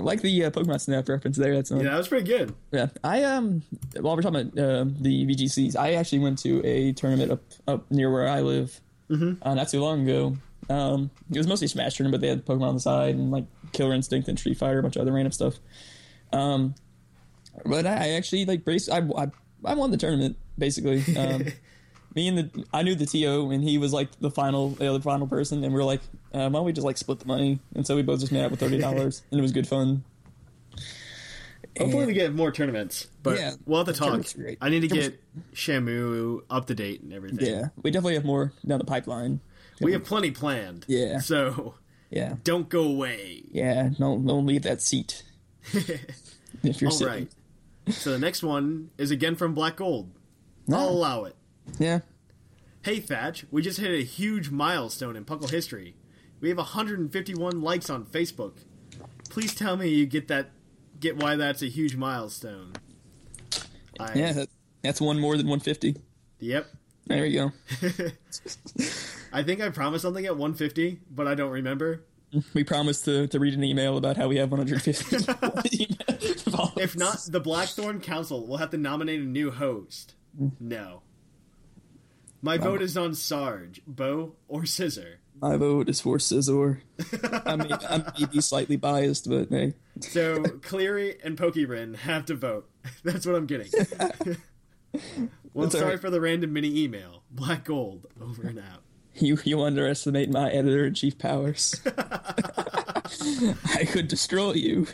like the uh, Pokemon Snap reference there. That's Yeah, yeah. that was pretty good. yeah. I um, while we're talking about uh, the VGCs, I actually went to a tournament up up near where I live uh, not too long ago. Um, it was mostly Smash tournament, but they had Pokemon on the side and like Killer Instinct and Street Fighter, a bunch of other random stuff. Um, but I actually like based, I, I I won the tournament basically. Um, me and the I knew the TO and he was like the final the other final person and we were like uh, why don't we just like split the money and so we both just made out with thirty dollars and it was good fun. Hopefully we get more tournaments. But Yeah. we'll have to talk. Tournaments are great. I need to get Shamu up to date and everything. Yeah, we definitely have more down the pipeline. We have plenty planned. Yeah. So Yeah, don't go away. yeah. Don't don't leave that seat if you're All sitting. right. So the next one is again from Black Gold. Ah. I'll allow it. Yeah, Hey Thatch, we just hit a huge milestone in Puckle history. We have 151 likes on Facebook. Please tell me you get that get why that's a huge milestone. I, yeah. That, that's one more than one fifty. Yep. There you go. I think I promised something at 150, but I don't remember. We promised to, to read an email about how we have 150. followers. If not, the Blackthorn Council will have to nominate a new host. Mm. No. My vote is on Sarge, Bow, or Scissor. my vote is for Scizor. I mean, I may be slightly biased, but hey, So Cleary and Pokerin have to vote. That's what I'm getting. well, That's all sorry right. for the random mini email. Black Gold, over and out. you you underestimate my editor in chief powers. I could destroy you.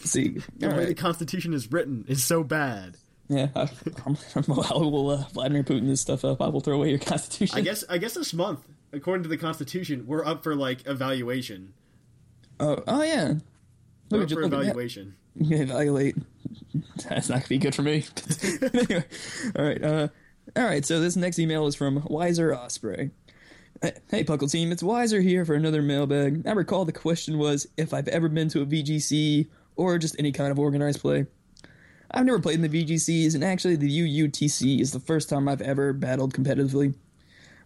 See, The all way the right. Constitution is written is so bad. yeah, I, I'm, I'm, I will uh, Vladimir Putin this stuff up. I will throw away your constitution. I guess. I guess this month, according to the Constitution, we're up for like evaluation. Oh, oh yeah. We're Look up at you- for look at that. evaluation. Yeah, evaluate. That's not gonna be good for me. anyway, all right, uh, all right. So this next email is from Wiser Osprey. Uh, Hey, Puckle Team, it's Wiser here for another mailbag. I recall the question was if I've ever been to a VGC or just any kind of organized play. I've never played in the VGCs, and actually, the UUTC is the first time I've ever battled competitively.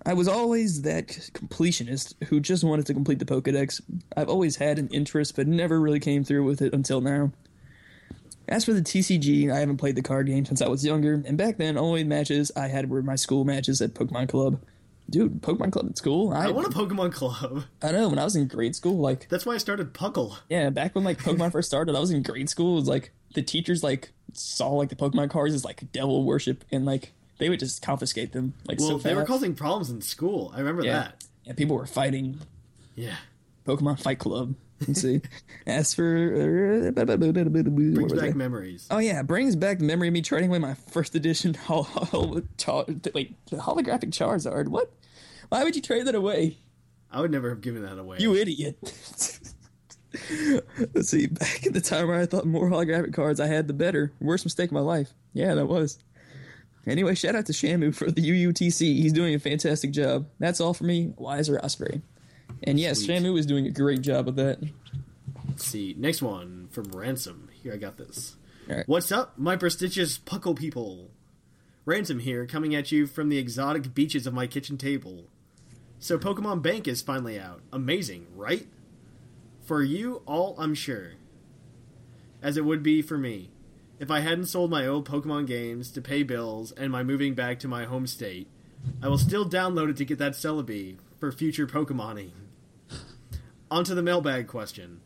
I was always that completionist who just wanted to complete the Pokedex. I've always had an interest, but never really came through with it until now. As for the TCG, I haven't played the card game since I was younger, and back then, only matches I had were my school matches at Pokemon Club. Dude, Pokemon Club at school? I, I want a Pokemon Club. I know. When I was in grade school, like That's why I started Puckle. yeah, back when like Pokemon first started, I was in grade school. It was like the teachers like saw like the Pokemon cards as like devil worship, and like they would just confiscate them. Like Well, so they were fast. causing problems in school. I remember yeah. that. Yeah, people were fighting Yeah. Pokemon Fight Club. Let's see. As for brings Brings back memories. Oh yeah, brings back the memory of me trading away my first edition hol- hol- char- wait holographic Charizard. What? Why would you trade that away? I would never have given that away. You idiot. Let's see, back at the time where I thought more holographic cards I had, the better. Worst mistake of my life. Yeah, that was. Anyway, shout out to Shamu for the UUTC. He's doing a fantastic job. That's all for me. Wiser Osprey. And yes, Shamu is doing a great job of that. Let's see. Next one from Ransom. Here, I got this. Alright. What's up, my prestigious puckle people? Ransom here, coming at you from the exotic beaches of my kitchen table. So, Pokemon Bank is finally out. Amazing, right? For you all, I'm sure. As it would be for me. If I hadn't sold my old Pokemon games to pay bills and my moving back to my home state, I will still download it to get that Celebi for future Pokemoning. Onto the mailbag question.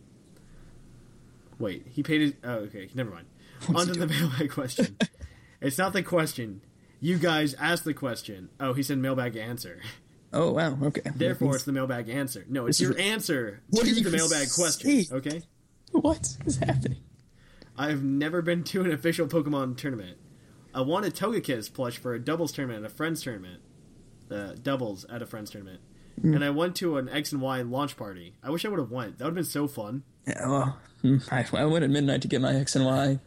Wait, he paid it. Oh, okay, never mind. Onto the mailbag question. it's not the question. You guys asked the question. Oh, he said mailbag answer. Oh wow, okay. Therefore, it's the mailbag answer. No, it's This your is- answer What to do you the mailbag question. say? Okay. what is happening? I've never been to an official Pokemon tournament. I won a Togekiss plush for a doubles tournament at a friend's tournament. Uh, doubles at a friend's tournament. Hmm. And I went to an X and Y launch party. I wish I would have went. That would have been so fun. Yeah, well, hmm, I, I went at midnight to get my X and Y.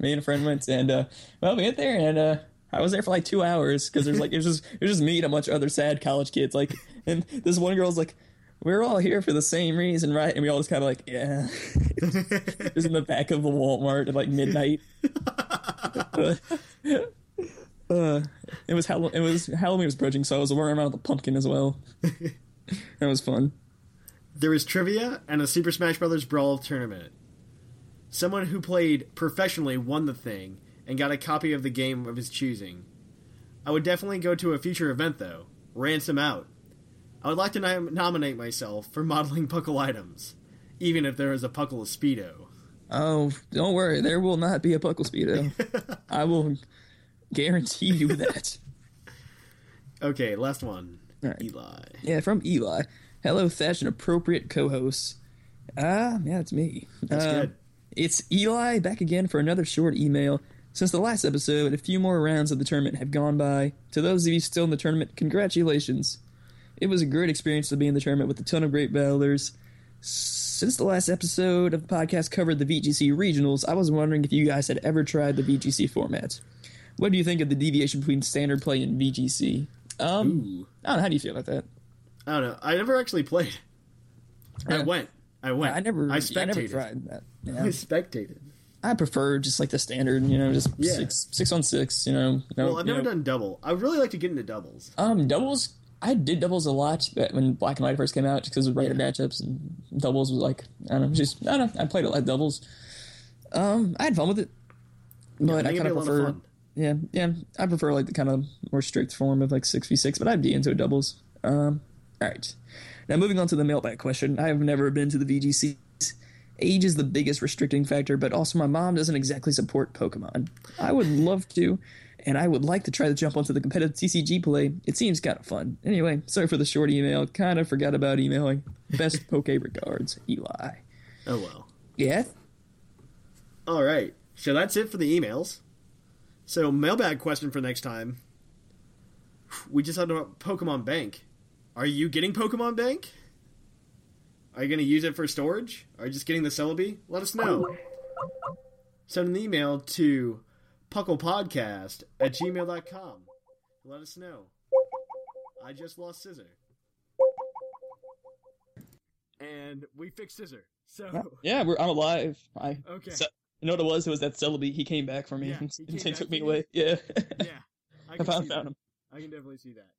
Me and a friend went, and uh, well, we get there, and uh, I was there for like two hours because there's like it was just it was just me and a bunch of other sad college kids. Like, and this one girl's like, "We're all here for the same reason, right?" And we all just kind of like, "Yeah," just in the back of the Walmart at like midnight. uh, it was Halloween. It was Halloween was approaching, so I was running around with a pumpkin as well. that was fun. There was trivia and a Super Smash Bros. Brawl tournament. Someone who played professionally won the thing and got a copy of the game of his choosing. I would definitely go to a future event though. Ransom out. I would like to nom- nominate myself for modeling puckle items, even if there is a puckle speedo. Oh, don't worry. There will not be a buckle speedo. I will guarantee you that. Okay, last one. All right. Eli. Yeah, from Eli. Hello, Thatch, an appropriate co-host. Ah, yeah, it's me. That's Uh, good. It's Eli back again for another short email. Since the last episode, a few more rounds of the tournament have gone by. To those of you still in the tournament, congratulations. It was a great experience to be in the tournament with a ton of great battlers. Since the last episode of the podcast covered the VGC regionals, I was wondering if you guys had ever tried the VGC format. What do you think of the deviation between standard play and VGC? Um, I don't know. How do you feel about that? I don't know. I never actually played. I Yeah. went. I went. I never, I I spectated. never tried that. I Yeah. spectated. I prefer just like the standard, you know, just Yeah. six six on six, you know. no- Well, I've you never know. done double. I would really like to get into doubles. um doubles. I did doubles a lot but when Black and White first came out because of rated matchups and doubles was like I don't know, just I don't know. I played a lot of doubles. Um, I had fun with it, but I think it'd kind be a of lot of prefer. fun. Yeah, yeah, I prefer like the kind of more strict form of like six v six, but I'd be into doubles. Um, all right. Now moving on to the mailbag question. I have never been to the VGCs. Age is the biggest restricting factor, but also my mom doesn't exactly support Pokemon. I would love to, and I would like to try to jump onto the competitive TCG play. It seems kind of fun. Anyway, sorry for the short email. Kind of forgot about emailing. Best Poke regards, Eli. Oh well. Yeah. All right. So that's it for the emails. So mailbag question for next time. We just had about Pokemon Bank. Are you getting Pokemon Bank? Are you going to use it for storage? Are you just getting the Celebi? Let us know. Send an email to pucklepodcast at gmail.com. Let us know. I just lost Scissor. And we fixed Scissor. So, Yeah, we're, I'm alive. I okay. So- you know what it was? It was that Celebi. He came back for me Yeah, and, he and came took back me for you. away. Yeah. yeah. I I can found, see found that. him. I can definitely see that.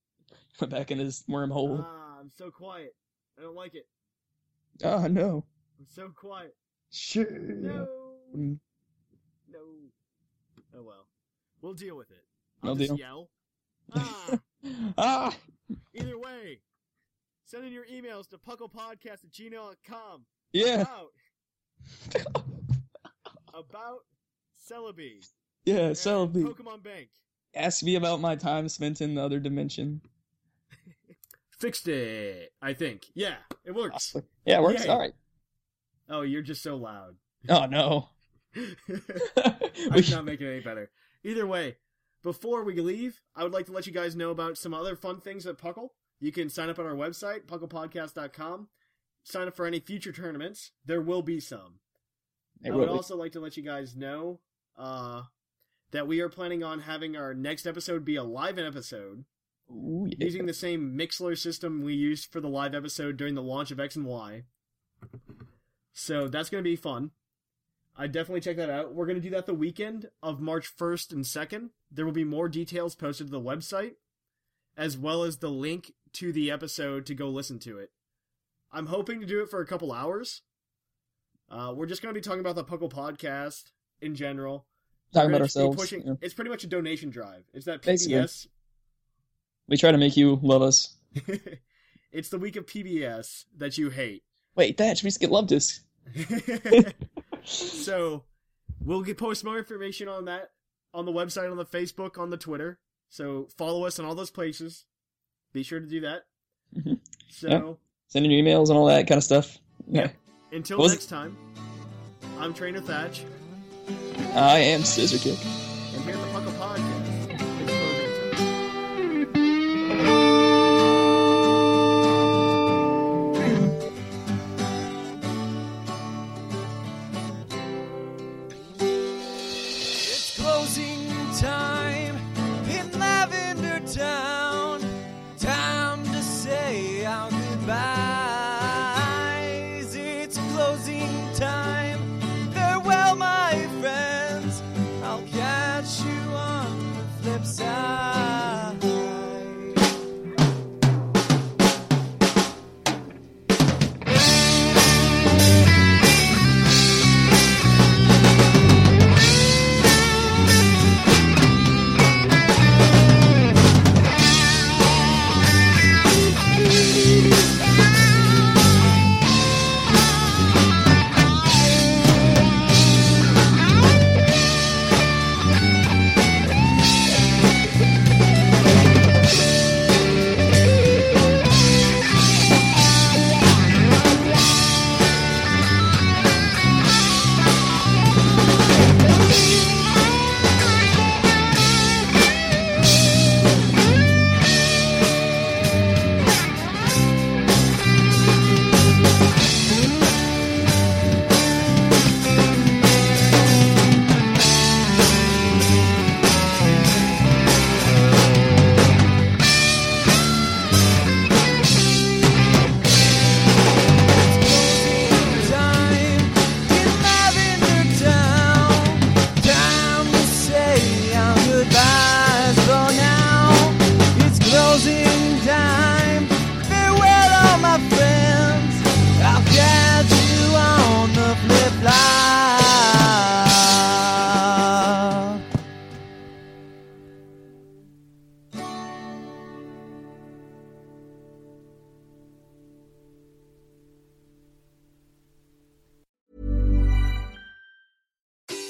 Went back in his wormhole. Ah, I'm so quiet. I don't like it. oh, no. I'm so quiet. Sure. No. Mm. No. Oh well. We'll deal with it. No I'll just deal. yell. Ah, Ah! either way. Send in your emails to pucklepodcast at gmail.com Yeah. about, about Celebi. Yeah, and Celebi. Pokemon Bank. Ask me about my time spent in the other dimension. Fixed it, I think. Yeah, it works. Yeah, it works. Yay. All right. Oh, you're just so loud. Oh, no. I'm not making it any better. Either way, before we leave, I would like to let you guys know about some other fun things at Puckle. You can sign up on our website, pucklepodcast.com. Sign up for any future tournaments. There will be some. It I would really- also like to let you guys know uh, that we are planning on having our next episode be a live episode Ooh, yeah. using the same Mixler system we used for the live episode during the launch of X and Y. So that's going to be fun. I definitely check that out. We're going to do that the weekend of March 1st and 2nd. There will be more details posted to the website, as well as the link to the episode to go listen to it. I'm hoping to do it for a couple hours. Uh, we're just going to be talking about the Puckle podcast in general. Talking We're about gonna just be ourselves. pushing- Yeah. It's pretty much a donation drive. It's that Basically. PBS We try to make you love us. it's the week of PBS that you hate. Wait, Thatch, we just get love discs. so we'll get post more information on that on the website, on the Facebook, on the Twitter. So follow us on all those places. Be sure to do that. Mhm. So Sending your emails and all that kind of stuff. Yeah. until What was- next time, I'm Trainer Thatch, I am Scissor Kick. and here at the Puckle Podcast. it's closing time. It's closing time in Lavender Town. Time to say our goodbyes. It's closing time. Farewell, my friends. I'll catch you on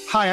Hi,